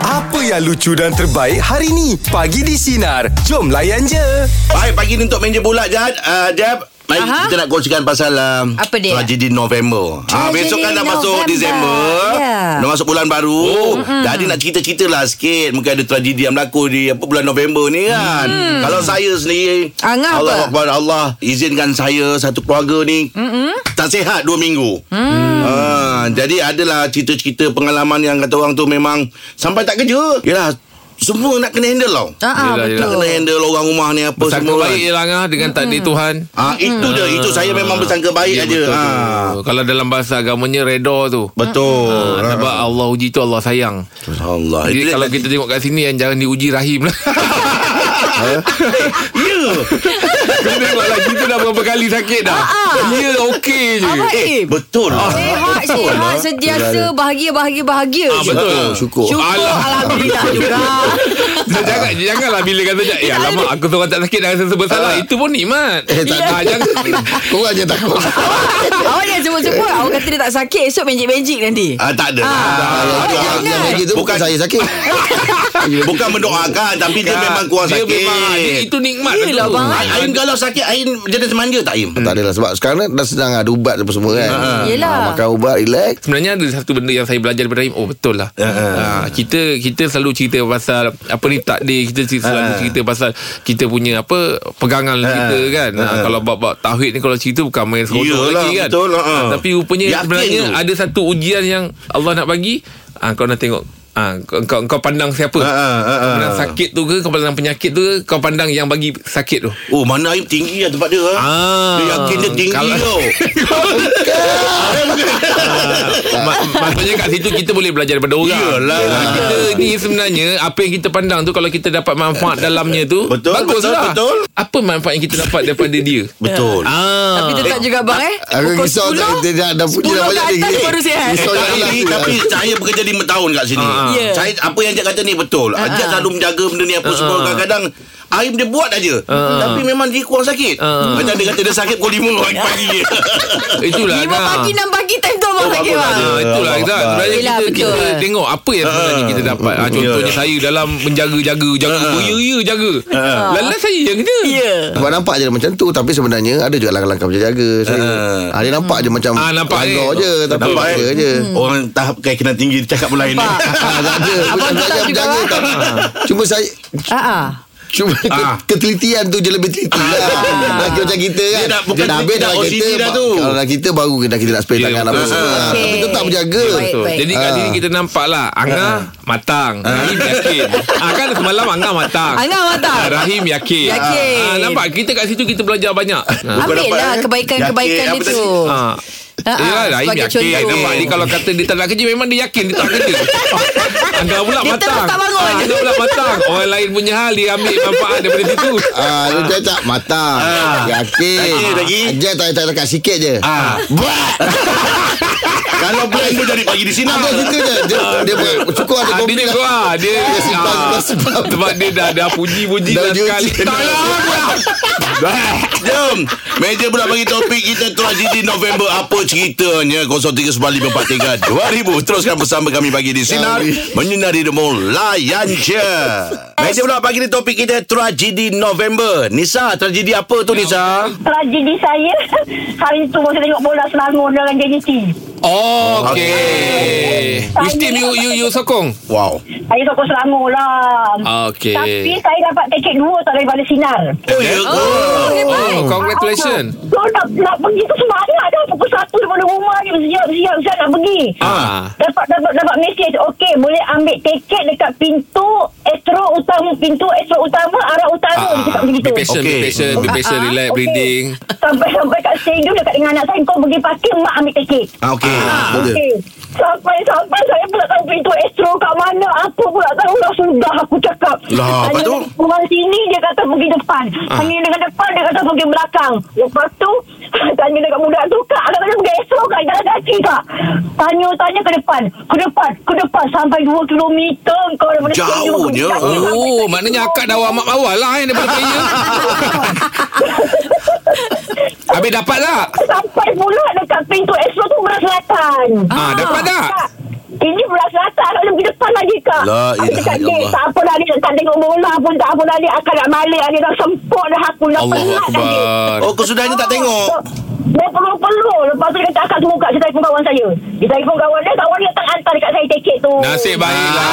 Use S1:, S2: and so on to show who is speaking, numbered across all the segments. S1: Apa yang lucu dan terbaik hari ni? Pagi di Sinar. Jom layan je.
S2: Baik pagi ni untuk meja bola Jad uh, Jab Mari
S3: Aha.
S2: kita nak kongsikan pasal um,
S3: Apa dia?
S2: Tragedi November ha,
S3: Tragedi
S2: Besok kan dah masuk
S3: November.
S2: Disember
S3: Ya.
S2: Dah masuk bulan baru oh. Jadi nak cerita-cerita lah sikit Mungkin ada tragedi yang berlaku di apa bulan November ni kan Kalau saya sendiri
S3: Hmm. Angah
S2: Allah
S3: apa?
S2: Akbar Allah Izinkan saya satu keluarga ni mm Tak sihat dua minggu
S3: Hmm.
S2: mm. ha, Jadi adalah cerita-cerita pengalaman yang kata orang tu memang Sampai tak kerja Yelah semua nak kena handle tau Nak
S3: Ah, ah,
S4: Yelah,
S3: betul.
S2: kena handle orang rumah ni apa
S4: Sangka
S2: semua kan.
S4: baik je lah Angah Dengan takdir Tuhan
S2: Ah itu dia itu saya memang bersangka baik aja.
S4: Ya, betul
S2: Ha.
S4: tu. Kalau dalam bahasa agamanya Redha tu
S2: Betul.
S4: Ah, Sebab Allah uji tu Allah sayang
S2: Allah. Itu
S4: Jadi
S2: dia-
S4: kalau kita tengok kat sini Yang jangan diuji rahim lah
S2: ya.
S4: Kau tengok lah Kita dah berapa kali sakit dah
S2: Ah,
S4: Ya okey je
S3: Apa
S2: Eh,
S3: Im?
S2: betul.
S4: Ah.
S3: Sehat, sehat, sentiasa, bahagia, bahagia, bahagia.
S4: Ah, betul.
S2: Syukur.
S3: Syukur,
S4: Alah.
S3: Alhamdulillah juga.
S4: Jangan janganlah bila kata Ya lama aku seorang tak sakit Dah rasa bersalah
S2: Ah.
S4: Itu pun nikmat
S5: Eh, tak
S4: Ah, jangan-
S5: Korang je takut
S3: Awak jangan sebut-sebut. Awak kata dia tak sakit, esok benjik-benjik nanti.
S2: Ah, tak ada.
S5: Kalau dia
S3: jangan.
S5: yang bagi tu bukan
S2: Bukan-
S5: saya sakit
S2: Bukan mendoakan tapi dia memang kurang
S4: Ah, Dia
S2: sakit.
S4: memang dia, Itu nikmat
S3: Yelah,
S4: tu.
S3: bang.
S2: Ai- Ain kalau sakit Ain jenis manja tak Ain?
S5: Tak adalah sebab sekarang dah sedang ada ubat apa semua kan
S3: Yelah.
S5: Ah, Makan ubat relax
S4: Sebenarnya ada satu benda yang saya belajar daripada Rahim. Oh betul lah.
S2: Ya,
S4: Ha, kita kita selalu cerita pasal apa ni takdir, kita cerita- selalu
S2: Ya.
S4: cerita pasal kita punya apa pegangan kita kan.
S2: Ya,
S4: Ha, kalau bab-bab tauhid ni kalau cerita bukan main seronok
S2: Yelah,
S4: lagi kan.
S2: betul lah.
S4: Ah, tapi rupanya
S2: Yakin
S4: sebenarnya
S2: tu.
S4: ada satu ujian yang Allah nak bagi. Ha, kau nak tengok ha, kau, kau kau pandang siapa?
S2: Ha, ha, ha, ha.
S4: Kau pandang sakit tu ke kau pandang penyakit tu ke kau pandang yang bagi sakit tu.
S2: Oh, mana Ain tinggi lah tempat dia. ha?
S4: Ah.
S2: Dia yakin dia tinggi
S4: Kalau-
S2: tau.
S4: Ma- Maksudnya kat situ kita boleh belajar daripada orang.
S2: Iyalah.
S4: Ah, Kita ni sebenarnya apa yang kita pandang tu kalau kita dapat manfaat dalamnya tu
S2: Eh. Betul,
S4: bagus
S2: betul,
S4: lah.
S2: betul.
S4: Apa manfaat yang kita dapat daripada dia?
S2: Betul.
S4: Ah.
S3: Tapi tetap juga bang eh.
S5: Aku
S3: Pukul
S5: risau tak
S3: 10,
S5: dia dah dah puji
S3: 10
S5: dah
S3: ke
S5: banyak
S3: atas
S5: tinggi.
S3: baru sihat.
S5: Risau
S2: Eh, Tapi,
S5: jangan
S2: tapi,
S5: lah.
S2: tapi saya bekerja 5 tahun kat sini.
S4: Ah,
S3: ah. Ya.
S2: Saya apa yang Jack kata ni betul. Uh, Jack selalu menjaga benda ni apa semua kadang-kadang Aim dia buat aja Tapi memang dia kurang sakit
S4: Ah.
S2: Macam dia kata dia sakit Pukul 5 pagi
S4: Itulah
S3: 5
S4: dah.
S3: pagi, 6 pagi time tu abang
S2: Oh, bagus
S3: sakit bang.
S2: lah
S4: Ah, itulah Izzat. Sebenarnya
S3: Yelah,
S4: kita, kita
S3: betul.
S4: tengok apa yang sebenarnya
S2: Ah.
S4: kita dapat. Ah, contohnya
S2: Ya.
S4: saya dalam menjaga-jaga, jaga beria-ria jaga.
S2: Ah.
S4: Lalas saya yang kerja.
S3: Ya.
S5: sebab nampak je dia macam tu Tapi sebenarnya Ada juga langkah-langkah berjaga saya. Ah, Dia nampak je macam
S4: Ah, nampak ni.
S5: langgar je Tapi
S2: Nampak,
S5: nampak
S2: eh.
S5: je
S2: Orang tahap kaikinan tinggi Dia cakap lain ni
S5: Ah, tak ada.
S3: Abang tu tak
S5: Macam belajar
S3: juga
S5: berjaga
S3: bang.
S5: tak. Cuma saya
S3: Ah, ah.
S5: Cuma ke,
S2: Ah.
S5: ketelitian tu je lebih teliti lah. Laki macam kita kan.
S2: Dia dah bukan teliti, dah
S5: dalam
S2: OCD dah tu.
S5: Kalau dah kita baru dah kita nak spray
S4: Ya,
S5: tangan apa
S4: betul.
S5: semua.
S3: Okey.
S5: Tapi tetap berjaga.
S3: Baik,
S4: Betul.
S3: baik.
S4: Jadi kat
S5: Ah.
S4: sini kita nampak lah Angah matang Rahim yakin ah, Kan semalam Angah matang
S3: Angah matang.
S4: Ah, Rahim yakin
S3: Yakin.
S4: ah, Nampak kita kat situ kita belajar banyak ah.
S2: Bukan
S3: Ambil
S2: dapat,
S3: lah
S2: eh.
S3: kebaikan-kebaikan
S2: Yakin, apa
S3: itu.
S4: Ah.
S3: Ah,
S4: Yelah
S3: ah,
S4: Rahim
S3: sebagai
S4: yakin
S3: contoh.
S4: Nampak dia kalau kata dia tak nak kerja Memang dia yakin dia tak kerja Angah pula
S3: Dia
S4: matang
S3: terus tak bangun.
S4: Ah, Angah pula matang Orang lain punya hal Dia ambil manfaat daripada situ
S5: Ah, dia cakap tak matang. Yakin.
S2: Yakin Ah. lagi.
S5: Ajar tak tak dekat sikit je.
S2: Ah.
S5: Buat.
S2: Kalau plan tu jadi pagi di sini
S5: Ada situ je. Dia dia buat cukup ada
S4: Ah,
S5: lah.
S4: Dia
S5: komplain.
S4: juga ah, Dia
S5: Dia simpan,
S4: ah,
S5: dia simpan.
S4: Sebab dia dah Dah puji-puji
S5: Dah
S4: dah
S5: uji-uji.
S4: sekali Tak lah
S2: Jom Meja pula bagi topik kita Tragedi November Apa ceritanya 0395432000 Teruskan bersama kami Pagi di Sinar
S4: Ya,
S2: Menyinari Demo Layan je Meja pula bagi di topik kita Tragedi November Nisa Tragedi apa tu Nisa
S6: tragedi saya hari tu masa tengok bola Selangor dengan JDT.
S4: Oh, okay. You still you you you sokong.
S2: Wow
S6: Saya sokong Selangor lah.
S4: Okay.
S6: Tapi saya dapat tiket dua tak daripada sinar. Ah,
S2: Oh ya ke
S4: Oh, congratulations.
S6: So nak, nak pergi tu semangat dah pukul satu daripada rumah je siap-siap siap nak pergi.
S4: Ah.
S6: Dapat dapat dapat mesej okey boleh ambil tiket dekat pintu Astro utama pintu Astro utama arah utara
S4: Ah, ah,
S6: dia cakap macam
S4: be
S6: gitu.
S4: patient, be
S2: Okay.
S4: patient, be patient, relax,
S6: Okey.
S4: breathing.
S6: Sampai sampai kat stadium dekat dengan anak saya kau pergi parking mak ambil tiket.
S2: Ah, okay.
S6: Ah, okey. Sampai-sampai saya pula tahu pintu Astro kat mana. Apa pula tahu dah sudah aku cakap.
S2: Lah, lepas
S6: Tanya
S2: tu?
S6: Orang sini dia kata pergi depan.
S4: Ah.
S6: Tanya dengan depan dia kata pergi belakang. Lepas tu tanya dekat budak tu kak kata dia pergi Astro kak jalan kaki kak. Tanya-tanya ke depan. Ke depan. Ke depan sampai 2 km kau daripada stadium.
S2: Jauhnya.
S6: Sampai-
S4: Oh, maknanya akak dah warm up awal lah eh, daripada player. Habis dapat tak?
S6: Sampai pula dekat pintu Astro tu berselatan.
S4: Ah, dapat tak?
S6: Tak. Ini belah selatan Nak pergi depan lagi kak
S2: La
S6: Aku
S2: ilaha
S6: cakap, "Dek,
S2: illallah."
S6: Tak apa dah ni Tak tengok bola pun Tak apa dah ni Akan nak balik Dia dah sempur dah aku Dah
S4: Allahu
S6: penat dah ni
S4: Akbar.
S2: Oh, kesudahnya tak tengok.
S6: dia perlu-perlu Lepas tu dia kata Akak tunggu kak Saya telefon kawan saya Dia telefon kawan dia Kawan dia tak hantar Dekat saya tiket tu
S4: Nasib baiklah.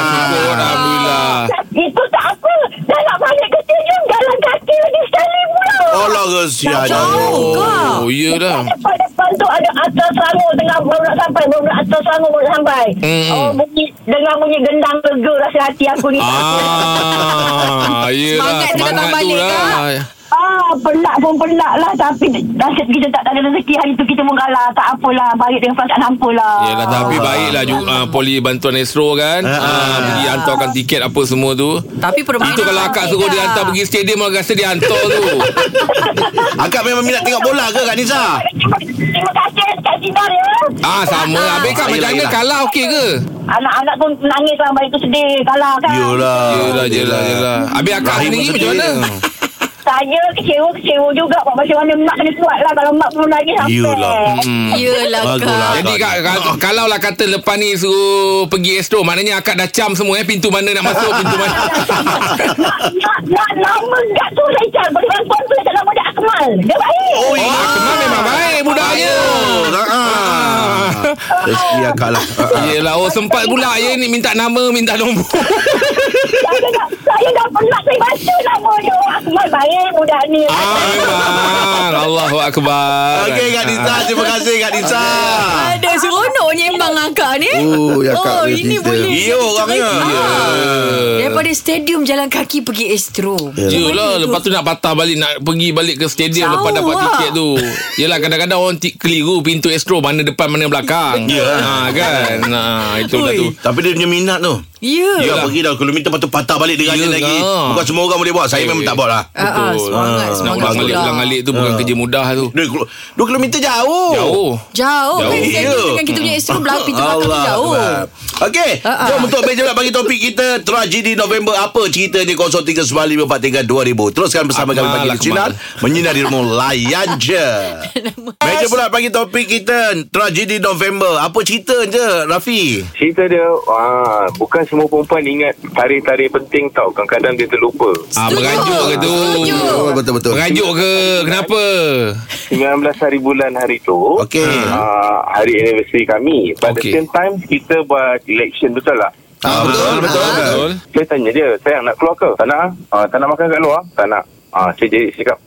S4: Syukur Alhamdulillah.
S6: Itu tak apa Dah nak balik kerja Jom jalan kaki lagi sekali pula
S2: Allah kesian.
S3: Jauh kau.
S4: Oh, ya dah.
S6: Depan-depan tu ada atas Selangor Tengah baru nak sampai Baru nak atas Selangor Baru nak sampai
S4: Hmm.
S6: Oh bunyi Dengar bunyi gendang lega Rasa hati aku ni
S4: Ah, ya lah.
S3: Semangat tu datang
S4: Semangat tu
S3: balik,
S4: lah.
S6: Ah, pelak pun pelak lah Tapi nasib kita tak ada rezeki Hari tu kita pun kalah Tak apalah Balik dengan perasaan hampa lah
S4: Yelah Ya tapi baiklah juga uh, Poli bantuan Astro kan uh, Pergi hantarkan tiket apa semua tu
S3: Tapi permainan
S4: Itu kalau akak suruh dia hantar pergi stadium Orang rasa dia hantar tu
S2: Akak memang minat tengok bola ke Kak Nisa?
S6: Terima, terima kasih Kak Sinar ya
S4: Ah sama Habis kak macam mana
S2: Yelah, yelah.
S4: kalah okey ke
S6: Anak-anak pun nangis lah Balik tu sedih Kalah kan
S2: Yelah.
S4: Ah, Yelah yelah yelah Habis akak
S2: Rahim
S4: sendiri
S2: pun
S4: macam mana
S2: sedih.
S6: Saya kecewa-kecewa juga Buat macam mana Mak kena kuat lah Kalau mak belum lagi sampai
S2: Yelah.
S4: hmm.
S3: Yelah
S2: Baguslah.
S3: kak
S4: Jadi kak, kak, kalau lah kata lepas ni suruh pergi Astro Maknanya akak dah cam semua eh Pintu mana nak masuk Pintu mana
S6: Nak, nak, nak nama Gak tu Richard Berikan pun tu Nama dia Akmal Dia baik Ah,
S2: Oh,
S4: Oh Akmal memang baik budaknya
S2: Ah. Rezeki akak lah. Ah.
S4: Yelah oh sempat pula ya ni Minta nama minta nombor
S6: saya, dah, saya dah penat Saya baca nama dia Oh, Akmal baik Budak ni
S4: Aman Ah, Allahu Akbar
S2: Okey Kak Nisa, terima kasih Kak Nisa.
S3: Ada seronoknya Emang akak ni
S5: Oh, ya,
S3: Oh
S5: Kak, ya,
S3: ini
S5: cerita.
S3: boleh
S2: Ya, orangnya.
S3: Ah. Daripada stadium Jalan kaki pergi Astro
S4: Yelah Lepas tu nak patah balik Nak pergi balik ke stadium
S3: Jauh
S4: Lepas dapat
S3: lah.
S4: tiket tu Yelah kadang-kadang orang ti- keliru Pintu Astro Mana depan mana belakang Ya ha, kan ha, Itulah
S3: Ui.
S4: tu
S2: Tapi dia punya minat tu.
S3: Ya
S2: Ya, pergi dah kilometer lepas tu patah balik dia rajin
S4: Ya,
S2: lagi.
S4: lah.
S2: Bukan semua orang boleh buat. Saya
S4: Eh.
S2: memang tak buat lah.
S3: Ah, ah,
S2: Ah,
S3: Semangat
S4: Nak
S3: Semangat
S4: ulang alik
S3: pula.
S4: Ulang alik tu
S5: Ah.
S4: bukan kerja mudah tu
S5: Oh.
S2: Dua, kilo- dua kilometer jauh.
S4: Jauh
S3: Jauh kan
S4: Jauh.
S3: Stadium dengan kita punya Astro Belakang pintu belakang tu jauh
S2: Akbar. Okey,
S3: Ah, ah.
S2: jom untuk meja pula bagi topik kita tragedi November apa ceritanya 0395432000. Teruskan bersama kami
S4: Akmal,
S2: pagi di
S4: Akmal.
S2: Sinar menyinari rumah layan je. Meja pula bagi topik kita tragedi November. Apa cerita je Rafi?
S7: Cerita dia ah, Bukan semua perempuan ingat Tarikh-tarikh penting tau Kadang-kadang dia terlupa
S4: Ah, merajuk ke tu
S3: Setuju.
S5: Oh, betul betul.
S4: Merajuk ke Kenapa
S7: 19 hari bulan hari tu
S2: Okey.
S7: ah, Hari anniversary kami Pada
S4: Okey.
S7: okay. same time Kita buat election betul lah
S5: Ah, betul betul.
S4: Betul
S7: Saya tanya dia Sayang nak keluar ke? Tak nak ah. ah Tak nak makan kat luar? Tak nak ah, Saya jadi saya cakap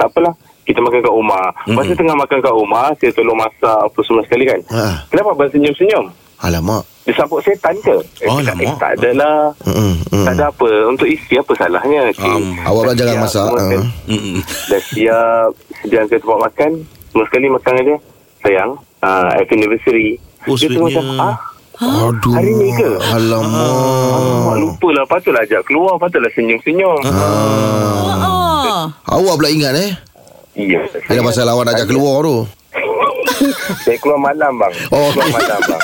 S7: Tak apalah kita makan kat rumah Masa tengah makan kat rumah Saya tolong masak Apa semua sekali kan
S5: Ah.
S2: Ha.
S7: Kenapa abang senyum-senyum
S5: Alamak.
S7: Dia sambut setan ke eh,
S2: Oh,
S7: tak, eh,
S2: lama.
S7: tak adalah
S5: Mm-mm, mm.
S7: Tak ada apa Untuk isteri apa salahnya okay.
S2: Um,
S5: awak
S7: Dah
S5: belajar
S7: siap,
S5: masak,
S7: semua
S5: ah.
S7: sekali.
S2: Mm-mm.
S7: Dah siap Sediakan tempat makan Semua sekali makan dengan dia Sayang uh, Happy anniversary
S2: Oh,
S7: Dia tu
S2: sweetnya.
S7: macam ah,
S5: Aduh.
S7: Hari ni ke?
S5: Alamak.
S7: Mak lupa lah Patutlah ajak keluar Patutlah senyum-senyum
S3: Ah.
S5: Awak pula ingat eh?
S7: Ya
S5: Bila pasal awak nak ajak keluar tu.
S7: Saya keluar malam bang
S5: Oh.
S7: Keluar malam bang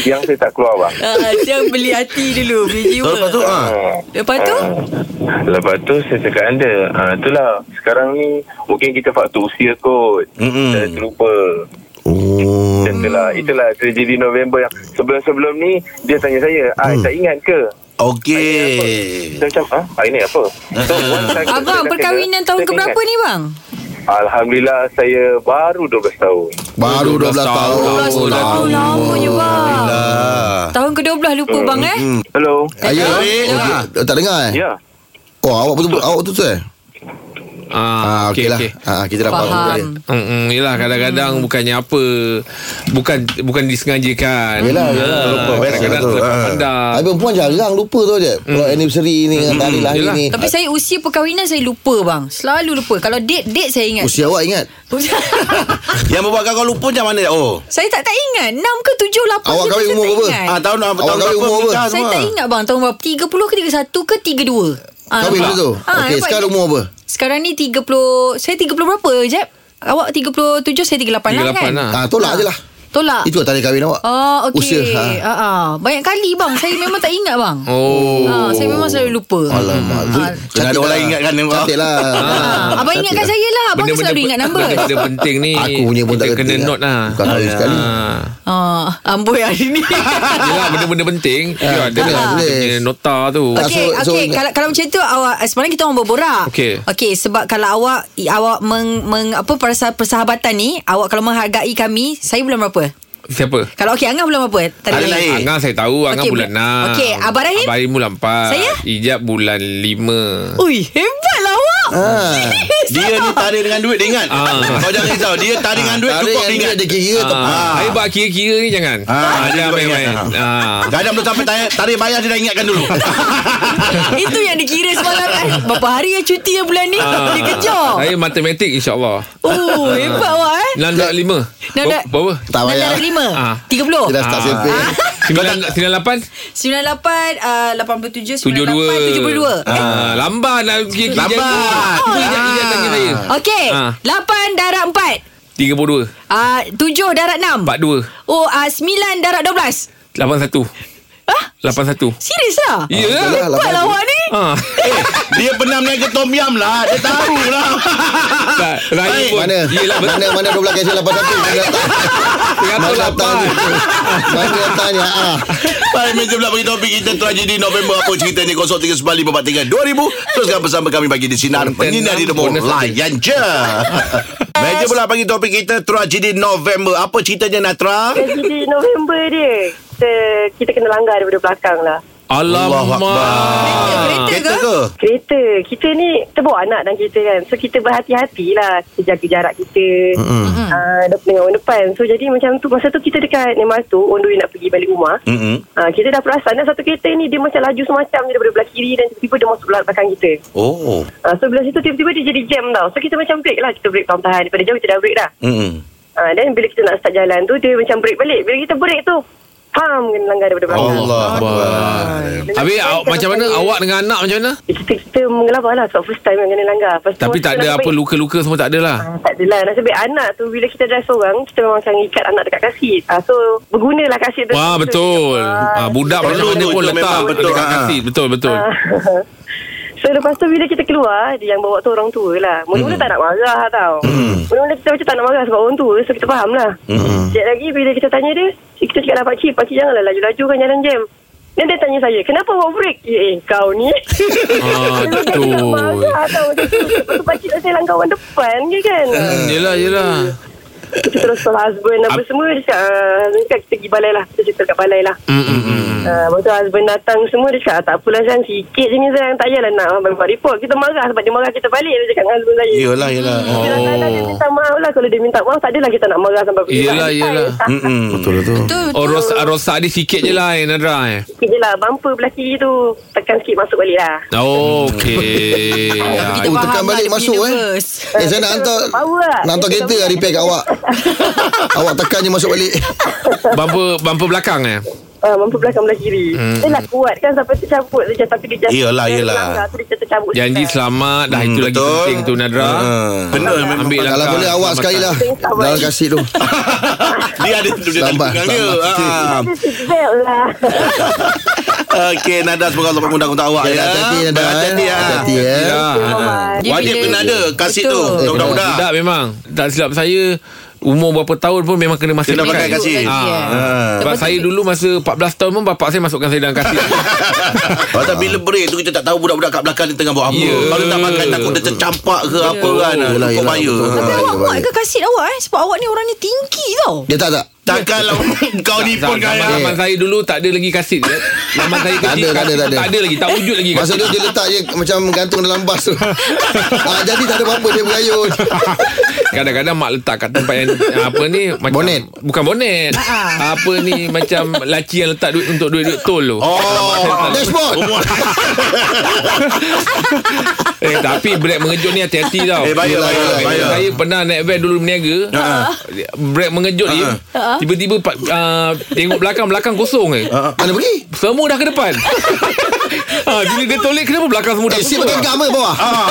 S7: Siang saya tak keluar bang
S3: Ah, Siang beli hati dulu Beli jiwa
S2: Lepas tu ah.
S7: Ah.
S3: Lepas tu
S7: Lepas tu saya cakap dengan dia ah, Itulah Sekarang ni Mungkin kita faktor usia kot
S2: Mm-mm.
S7: Saya terlupa
S5: Oh.
S7: Macam tu lah Itulah terjadi November yang Sebelum-sebelum ni Dia tanya saya ah, Tak ingat ke
S2: Okey.
S7: Saya macam ah, ah, Ini apa so, once I- saya
S3: Abang
S7: dah
S3: perkahwinan
S7: kena,
S3: tahun
S7: saya
S3: ke berapa
S7: ingat.
S3: ni bang?
S7: Alhamdulillah Saya baru 12 tahun
S5: Baru
S4: 12
S5: 12 tahun.
S4: tahun.
S3: Oh, 12 tahun lamanya bang
S2: Ah.
S3: Tahun ke-12 lupa bang eh
S5: Hmm.
S7: Hello
S5: Ayah.
S2: Baik.
S5: Okey, Tak dengar eh?
S7: Ya
S5: Oh, awak betul awak betul tu eh?
S4: Ah,
S5: Ah,
S4: okey
S5: okey lah.
S4: okey.
S5: Ah, kita dapat.
S3: Faham
S4: Hmm, yelah kadang-kadang hmm. bukannya apa bukan bukan disengajakan.
S5: Yelah,
S4: Ya,
S5: yelah, lupa.
S4: kadang-kadang
S5: Betul.
S4: terlepas
S5: Ah.
S4: pandang.
S5: Tapi perempuan jarang lupa tu je. Kalau anniversary ni, hari lahir
S4: Yelah.
S5: ni.
S3: Eh, Tapi saya usia perkahwinan saya lupa bang Selalu lupa Kalau date date saya ingat
S5: Usia awak ingat?
S2: Yang membuatkan kau lupa macam mana? Oh.
S3: Saya tak tak ingat 6 ke 7 8
S5: Awak kahwin umur berapa?
S2: Ah tahun tahun
S5: Awak kahwin
S2: berapa
S5: umur
S2: nikah
S5: berapa?
S3: Eh. Saya
S2: semua?
S3: tak ingat bang Tahun berapa 30 ke 31 ke 32 Ah,
S5: Kahwin
S3: nampak?
S5: dulu tu.
S3: Ah,
S5: Okey,
S3: nampak
S5: sekarang
S3: ni?
S5: umur apa?
S3: Sekarang ni 30 Saya 30 berapa Jeb? Awak 37 Saya 38, lah kan
S4: 38 lah.
S5: Ah, tolak je lah.
S3: Tolak.
S5: Itu tadi kahwin awak.
S3: Oh, okey.
S5: Usia. Ha.
S3: Ha. ah. Banyak kali bang. Saya memang tak ingat bang.
S4: Oh.
S3: Ah, saya memang selalu lupa.
S5: Alamak. Tu
S2: Jangan ada
S5: cantik
S2: orang
S5: lah.
S2: ingatkan dia, Mak.
S5: Cantik lah.
S3: Ah, abang
S5: Cantik
S3: ingatkan
S5: lah.
S3: saya lah. Abang kan selalu ingat number.
S4: Benda-benda penting ni
S5: Aku punya pun
S4: kita
S5: tak
S4: kena
S5: kena
S4: note lah
S5: Bukan kahwin sekali.
S4: Ah.
S3: Ah, amboi hari ni.
S4: Yelah benda-benda penting Ya ada
S5: boleh,
S4: lah
S5: boleh.
S4: punya nota tu
S5: Tak,
S3: Okey,
S5: so- so-
S3: okey. Kalau kalau macam tu awak eh, semalam kita orang berborak.
S4: Okey.
S3: Okey, sebab kalau awak i- awak meng, meng apa persa- persahabatan ni, awak kalau menghargai kami, saya bulan berapa?
S4: Siapa?
S3: Kalau okey Angah bulan berapa? Tak
S2: Hari
S3: lain.
S2: lahir.
S4: Angang saya tahu Angang
S3: Okey,
S4: bulan
S3: bu-
S4: 6
S3: okey, Abang Rahim?
S4: Abang Rahim bulan 4
S3: Saya? Oh,
S4: Ijab bulan Ah. 5
S3: Ui, hebatlah awak.
S5: Ah.
S2: Dia ni tarik dengan duit Dia ingat
S4: Ah.
S2: Kau jangan risau Dia tarik dengan duit
S5: Ah. Tarik
S2: Cukup
S5: yang
S2: dia ingat
S5: Dia kira tu.
S4: Ah, Saya buat kira-kira ni jangan
S2: Ah, dia
S4: Jangan
S2: juga
S4: main-main
S2: ingat.
S4: Ah.
S2: Kadang belum sampai tarik, tarik bayar Dia dah ingatkan dulu
S3: Itu yang dikira semalam kan. Berapa hari yang cuti yang bulan ni?
S4: Ah.
S3: Dia kejar.
S4: Saya matematik insyaAllah
S3: Oh, hebat awak eh.
S4: 6.5
S3: Nak- nak-
S4: Berapa?
S5: Tak
S3: Dan
S5: payah.
S3: dalam lima
S4: Ah.
S3: Tiga puluh
S5: Dia dah start survey.
S4: 9, 98
S3: Sembilan lapan ah, Lapan puluh tujuh Sembilan lapan Tujuh puluh dua Oh,
S4: 72 Ah, Lambat nak kira-kira
S2: Lambat.
S4: Kira-kira tanya saya
S3: Okey
S4: Ah.
S3: Lapan darat empat
S4: 32
S3: Ah, Tujuh darat enam
S4: 42
S3: Oh ah, Sembilan darat dua belas
S4: 81
S3: Hah?
S4: 81
S3: Serius lah?
S4: Ya
S5: Itulah.
S3: Hebat lah awak ni
S4: Ah,
S2: Eh, Dia pernah meniaga Tom Yam lah Dia tahu lah
S4: tak, Raya
S2: Baik.
S4: pun
S5: Mana?
S4: Yelah betul
S5: Mana mana 12 kasi
S4: 108
S5: 81. Mana tanya? Mana tanya? Ah.
S2: Baik, meja pula bagi topik kita tragedi November apa ceritanya 0395432000 teruskan bersama kami bagi di sinar
S4: Konten
S2: menyinari
S4: enam,
S2: demo
S4: bonus
S2: layan je. meja pula bagi topik kita tragedi November apa ceritanya Natra?
S8: Jadi November dia kita, kita kena langgar daripada belakang lah
S4: Alamak
S3: Kereta
S2: Kereta
S3: ke?
S2: ke?
S8: Kereta Kita ni Kita bawa anak dan kita kan So kita berhati-hati lah Kita jaga jarak kita mm-hmm. uh, Dengan orang depan So jadi macam tu Masa tu kita dekat Nemas tu On the way nak pergi balik rumah
S2: Mm-mm.
S8: uh, Kita dah perasan dah Satu kereta ni Dia macam laju semacam je Daripada belah kiri Dan tiba-tiba dia masuk belah belakang kita
S2: Oh.
S8: uh, So belah situ tiba-tiba dia jadi jam tau So kita macam break lah Kita break tahan-tahan Daripada jauh kita dah break dah
S2: Mm-mm.
S8: uh, Dan bila kita nak start jalan tu Dia macam break balik Bila kita break tu Pam kena langgar daripada belakang
S2: Allah.
S4: Habis awak, macam mana Awak dengan anak macam mana
S8: Eh, kita kita mengelabah lah sebab first time yang kena langgar. Lepas tu
S4: Tapi
S8: masa
S4: tak
S8: tu
S4: ada
S8: nasib
S4: apa
S8: baik-
S4: Luka-luka semua tak ada lah
S8: Ah, tak adalah nasib baik anak tu bila kita drive seorang kita memang akan ikat anak dekat kasih. Ah, so bergunalah kasih tu.
S4: Wah betul ah, Budak
S2: Perlu
S4: macam mana
S2: tu,
S4: pun
S2: tu
S4: letak
S2: memang betul.
S4: Dekat
S2: Ah.
S4: kasih Betul betul
S8: So lepas tu bila kita keluar dia Yang bawa tu orang tua lah Mula-mula tak nak marah tau Mula-mula kita macam tak nak marah Sebab orang tua So kita faham lah Sekejap lagi bila kita tanya dia Kita cakap lah pakcik Pakcik janganlah laju-laju kan jalan jam dan dia tanya saya Kenapa awak break Eh eh, kau ni
S4: Ah,
S8: Dia tak
S4: betul.
S8: marah tau Macam tu Lepas tu pakcik nak selang kawan lah, depan je kan
S4: Yelah yelah
S8: Kita terus call husband Apa semua Dia cakap ah, Dia cakap kita pergi balai lah Kita cerita kat balai lah Ah, Lepas tu husband datang semua Dia cakap ah, tak apalah Zan Sikit je ni Zan Tak payahlah nak abang buat report Kita marah sebab dia marah kita balik Dia cakap dengan husband saya
S2: Yelah, yelah.
S8: Dia kadang-kadang dia minta maaf lah Kalau dia minta maaf Tak adalah kita nak marah sampai pergi
S4: Oh, Yelah, yelah.
S2: Mm-mm.
S5: Betul tu.
S3: Betul
S4: Oh ros rosak dia sikit je lah eh, Nadra eh.
S8: Sikit je lah Bumper belah kiri tu Tekan sikit masuk balik lah
S4: Oh, Okey
S3: Tapi
S4: Ah,
S3: kita
S5: Oh,
S3: faham
S5: tekan
S3: lah
S5: balik
S3: dia punya
S5: masuk, eh.
S3: nervous.
S5: Eh, saya nak hantar
S8: Power lah.
S5: Nak hantar kereta lah repair kat awak Awak tekan je masuk balik
S4: Bumper, bumper belakang eh
S8: uh, Bumper belakang belah kiri Dia lah kuat kan Sampai tercabut Dia macam- tapi dia jatuh
S2: Yelah,
S8: Dia
S2: yelah.
S8: langgar tu, Dia tercabut
S4: Janji
S8: sikit.
S4: selamat Dah itu lagi
S2: Hmm, betul.
S4: penting tu Nadra
S2: Ah. Benar memang.
S4: Ambil langkah
S5: Kalau boleh awak sekali lah Dalam kasih tu
S2: Dia ada dia ada
S5: Selamat,
S2: pegang dia.
S5: selamat.
S2: Ah.
S8: Dia seatbelt lah
S2: Okey Nada semoga Allah mengundang-undang awak
S5: Ya,
S2: ya.
S5: Hati-hati Nada
S2: Hati-hati ya.
S5: Hati-hati ya
S4: Alhamdulillah.
S3: Dia
S2: Wajib
S3: bila-
S2: kena ada kasih tu
S3: Betul.
S2: Budak-budak
S4: Budak memang Tak silap saya Umur berapa tahun pun Memang kena masuk
S2: Kena pakai kasih.
S3: Ya.
S4: Ah. Sebab
S3: Lepas tu-
S4: saya dulu masa 14 tahun pun Bapak saya masukkan saya dalam kasih
S2: Kalau tak bila break tu kita tak tahu budak-budak kat belakang ni tengah buat apa.
S4: Ya.
S2: Kalau tak makan takut dia tercampak ke apa kan.
S5: Yelah,
S2: Kau
S5: yelah,
S2: bahaya.
S5: betul.
S3: Tapi
S5: Ah,
S3: awak
S5: dia
S3: kuat
S5: balik.
S3: ke kasih awak eh Sebab awak ni orangnya tinggi tau
S5: Dia tak tak
S2: Takkanlah kau ni pun
S4: Zaman,
S2: kaya.
S4: zaman saya dulu tak ada lagi kasih Zaman saya
S5: Tak
S4: kecil
S5: ada,
S4: kasih
S5: tak ada, tak
S4: tu
S5: ada.
S4: tak ada lagi Tak wujud lagi
S5: Masa
S4: kasih
S5: tu dia letak je Macam gantung dalam bas tu ah, Jadi tak ada apa-apa Dia berayun
S4: Kadang-kadang mak letak kat tempat yang Apa ni macam,
S5: Bonet.
S4: Bukan bonet Apa ni Macam laci yang letak duit Untuk duit-duit tol tu
S2: Oh.
S5: Dashboard
S4: Eh tapi brek mengejut ni hati-hati tau
S2: Eh bahaya
S5: Yelah,
S2: bahaya
S5: yelah,
S2: bahaya.
S4: Saya pernah naik van dulu berniaga Brek mengejut ni Tiba-tiba pa- ah, Tengok belakang Belakang kosong eh
S5: Mana pergi
S4: Semua dah ke depan ha, Bila dia toilet Kenapa belakang semua dah
S5: Eh, sip
S4: tutup
S5: pakai gama bawah.
S2: Ah,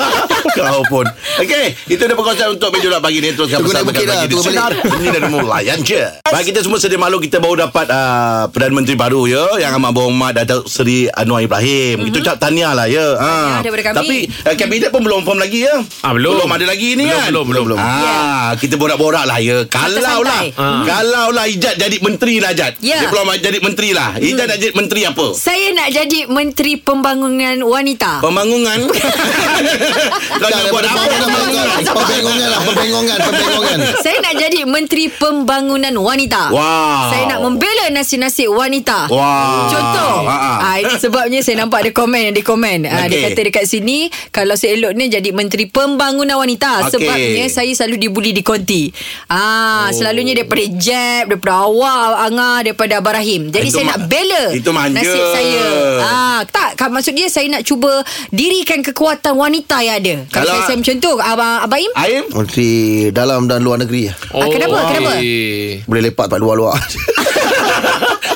S2: kau pun Okey Itu dia perkongsian untuk meja bulat pagi ni Teruskan
S5: Tunggu
S2: bersama
S5: naik bukit
S2: kami
S5: dah,
S2: pagi di
S5: tunggu
S2: Sinar Ini dah mulayan je Baik kita semua sedia malu Kita baru dapat uh, Perdana Menteri baru ya Yang amat berhormat Datuk Seri Anwar Ibrahim Kita ucap tahniah lah ya ha.
S3: daripada kami.
S2: Tapi uh, kabinet pun belum form lagi ya
S4: Ah, belum.
S2: Belum ada lagi ni
S4: Belum,
S2: kan
S4: belum, belum.
S2: Ah, Kita borak-borak lah ya Kalau lah
S3: santai.
S4: Ah.
S2: Kalau lah Ijat jadi menteri lah Ijat
S3: Ya.
S2: Dia belum jadi menteri lah Ijat nak jadi menteri apa?
S3: Saya nak jadi Menteri Pembangunan
S2: Oh.
S3: Wanita.
S2: Pembangunan Kau nak buat apa
S3: Sabar, sabar,
S5: Pembengongan,
S3: sabar.
S5: pembengongan lah, pembengongan, pembengongan.
S3: Saya nak jadi Menteri Pembangunan Wanita.
S2: Wow.
S3: Saya nak membela nasib-nasib wanita.
S2: Wow.
S3: Contoh.
S2: Ha, ha.
S3: Ah, ini sebabnya saya nampak ada komen yang dia komen.
S2: Okey.
S3: Ah, dia kata dekat sini kalau seeloknya jadi Menteri Pembangunan Wanita
S2: Okey.
S3: sebabnya saya selalu dibuli di konti.
S2: Oh.
S3: Ah, selalunya daripada Jeb, daripada awak, Angah, daripada Abah Rahim. Jadi
S2: Itu
S3: saya
S2: ma-
S3: nak bela
S2: itu manja.
S3: nasib saya. Ah, tak, ka- maksud dia saya nak cuba dirikan kekuatan wanita yang ada. Kalau,
S2: Kalau-
S3: saya, saya macam tu, Abang Abaim?
S2: Aim
S5: Menteri dalam dan luar negeri.
S3: Ah, kenapa? Kenapa?
S4: eh.
S5: Boleh lepak tempat luar-luar.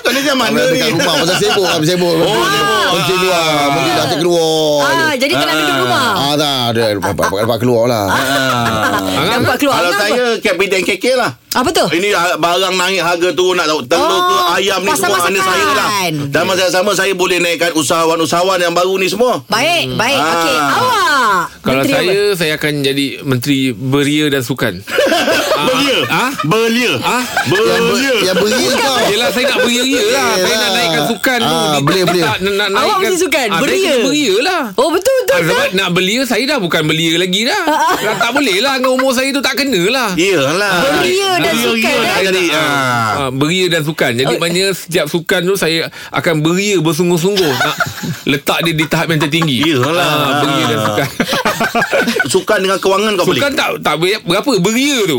S2: Kau ni macam mana
S5: Mana
S2: ni Ah.
S5: dekat rumah pasal sibuk, habis sibuk. Oh,
S2: sibuk.
S5: Menteri luar, menteri dah
S2: Oh.
S5: keluar.
S3: Ah, jadi tengah duduk rumah. ah.
S5: Ah, dah, dah dapat dapat keluar lah.
S4: Angah,
S3: Nampak keluar
S2: Ah. Kalau
S3: Angah
S2: saya Kapiten KK lah
S3: apa? Apa tu?
S2: Ini ah, barang naik harga turun Nak tahu telur ke
S3: Oh,
S2: ayam ni
S3: pasar
S2: Semua mana
S3: masakan.
S2: saya lah Dan masa yang sama Saya boleh naikkan usahawan-usahawan Yang baru ni semua
S3: Baik, baik.
S2: Ah.
S3: Okey, awak.
S4: Kalau
S3: Menteri
S4: saya Saya akan jadi Menteri Beria dan Sukan
S2: Belia
S4: Ah?
S2: Belia
S4: Ah?
S5: Yang ber-
S2: Belia
S5: yang beria kau.
S4: Yelah saya nak beria-ria lah Saya nak naikkan sukan tu.
S5: Ah,
S4: Kita
S5: belia, belia.
S4: tak nak- nak
S3: Awak
S4: naikkan-
S3: mesti sukan,
S4: Ah, saya
S3: beria.
S4: kena beria lah
S3: apa? Oh, betul betul.
S4: Ah,
S3: betul.
S4: sebab nak belia saya dah bukan belia lagi dah. dah tak boleh lah dengan umur saya tu tak kena lah.
S2: Ya. Iyalah
S3: Belia dan sukan,
S2: Belia nak
S3: eh?
S2: jadi ah.
S4: Ah, beria dan sukan. Jadi
S3: Oh.
S4: maknanya setiap sukan tu saya akan beria bersungguh-sungguh nak letak dia di tahap yang tertinggi.
S2: Iyalah.
S4: Ah, beria dan sukan.
S2: Sukan dengan kewangan kau boleh
S4: sukan tak tak ber- berapa beria tu.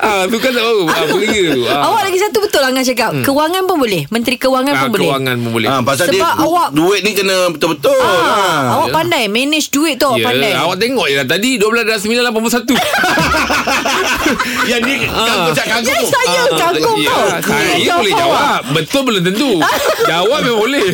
S4: ah, sukan tak baru. Ah, beria tu. Ah.
S3: Awak lagi satu betul Angah cakap. Kewangan pun boleh. Menteri kewangan
S4: Hmm. ah,
S3: pun boleh.
S4: kewangan pun boleh.
S2: Ah, pasal dia
S3: Sebab awak-
S2: duit ni kena betul-betul.
S3: Ah,
S2: Ah.
S3: awak pandai manage duit tu awak
S4: Ya,
S3: pandai.
S4: awak tengok je lah tadi 12.9.81
S2: Yang ni
S5: Ah.
S2: kagum cak kagum.
S3: Ya, saya kagum
S4: Ya,
S3: tau.
S4: saya boleh jawab Betul belum tentu Jawab memang boleh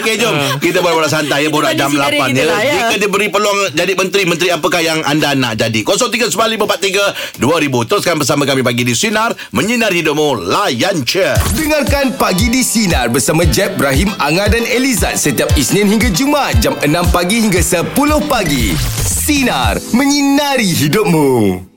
S2: Okey jom
S5: Ah.
S2: Kita borak-borak santai ya Borak
S3: Kita
S2: jam
S3: mandi sendiri
S2: 8
S3: kita
S2: ya.
S3: lah, ya.
S2: Jika diberi peluang Jadi menteri Menteri apakah yang anda nak jadi 0395432000 Teruskan bersama kami Pagi di Sinar Menyinari hidupmu Layan cer
S1: Dengarkan Pagi di Sinar bersama Jeb, Ibrahim, Anga dan Elizad setiap Isnin hingga Jumaat jam 6 pagi hingga 10 pagi. Sinar. Menyinari hidupmu.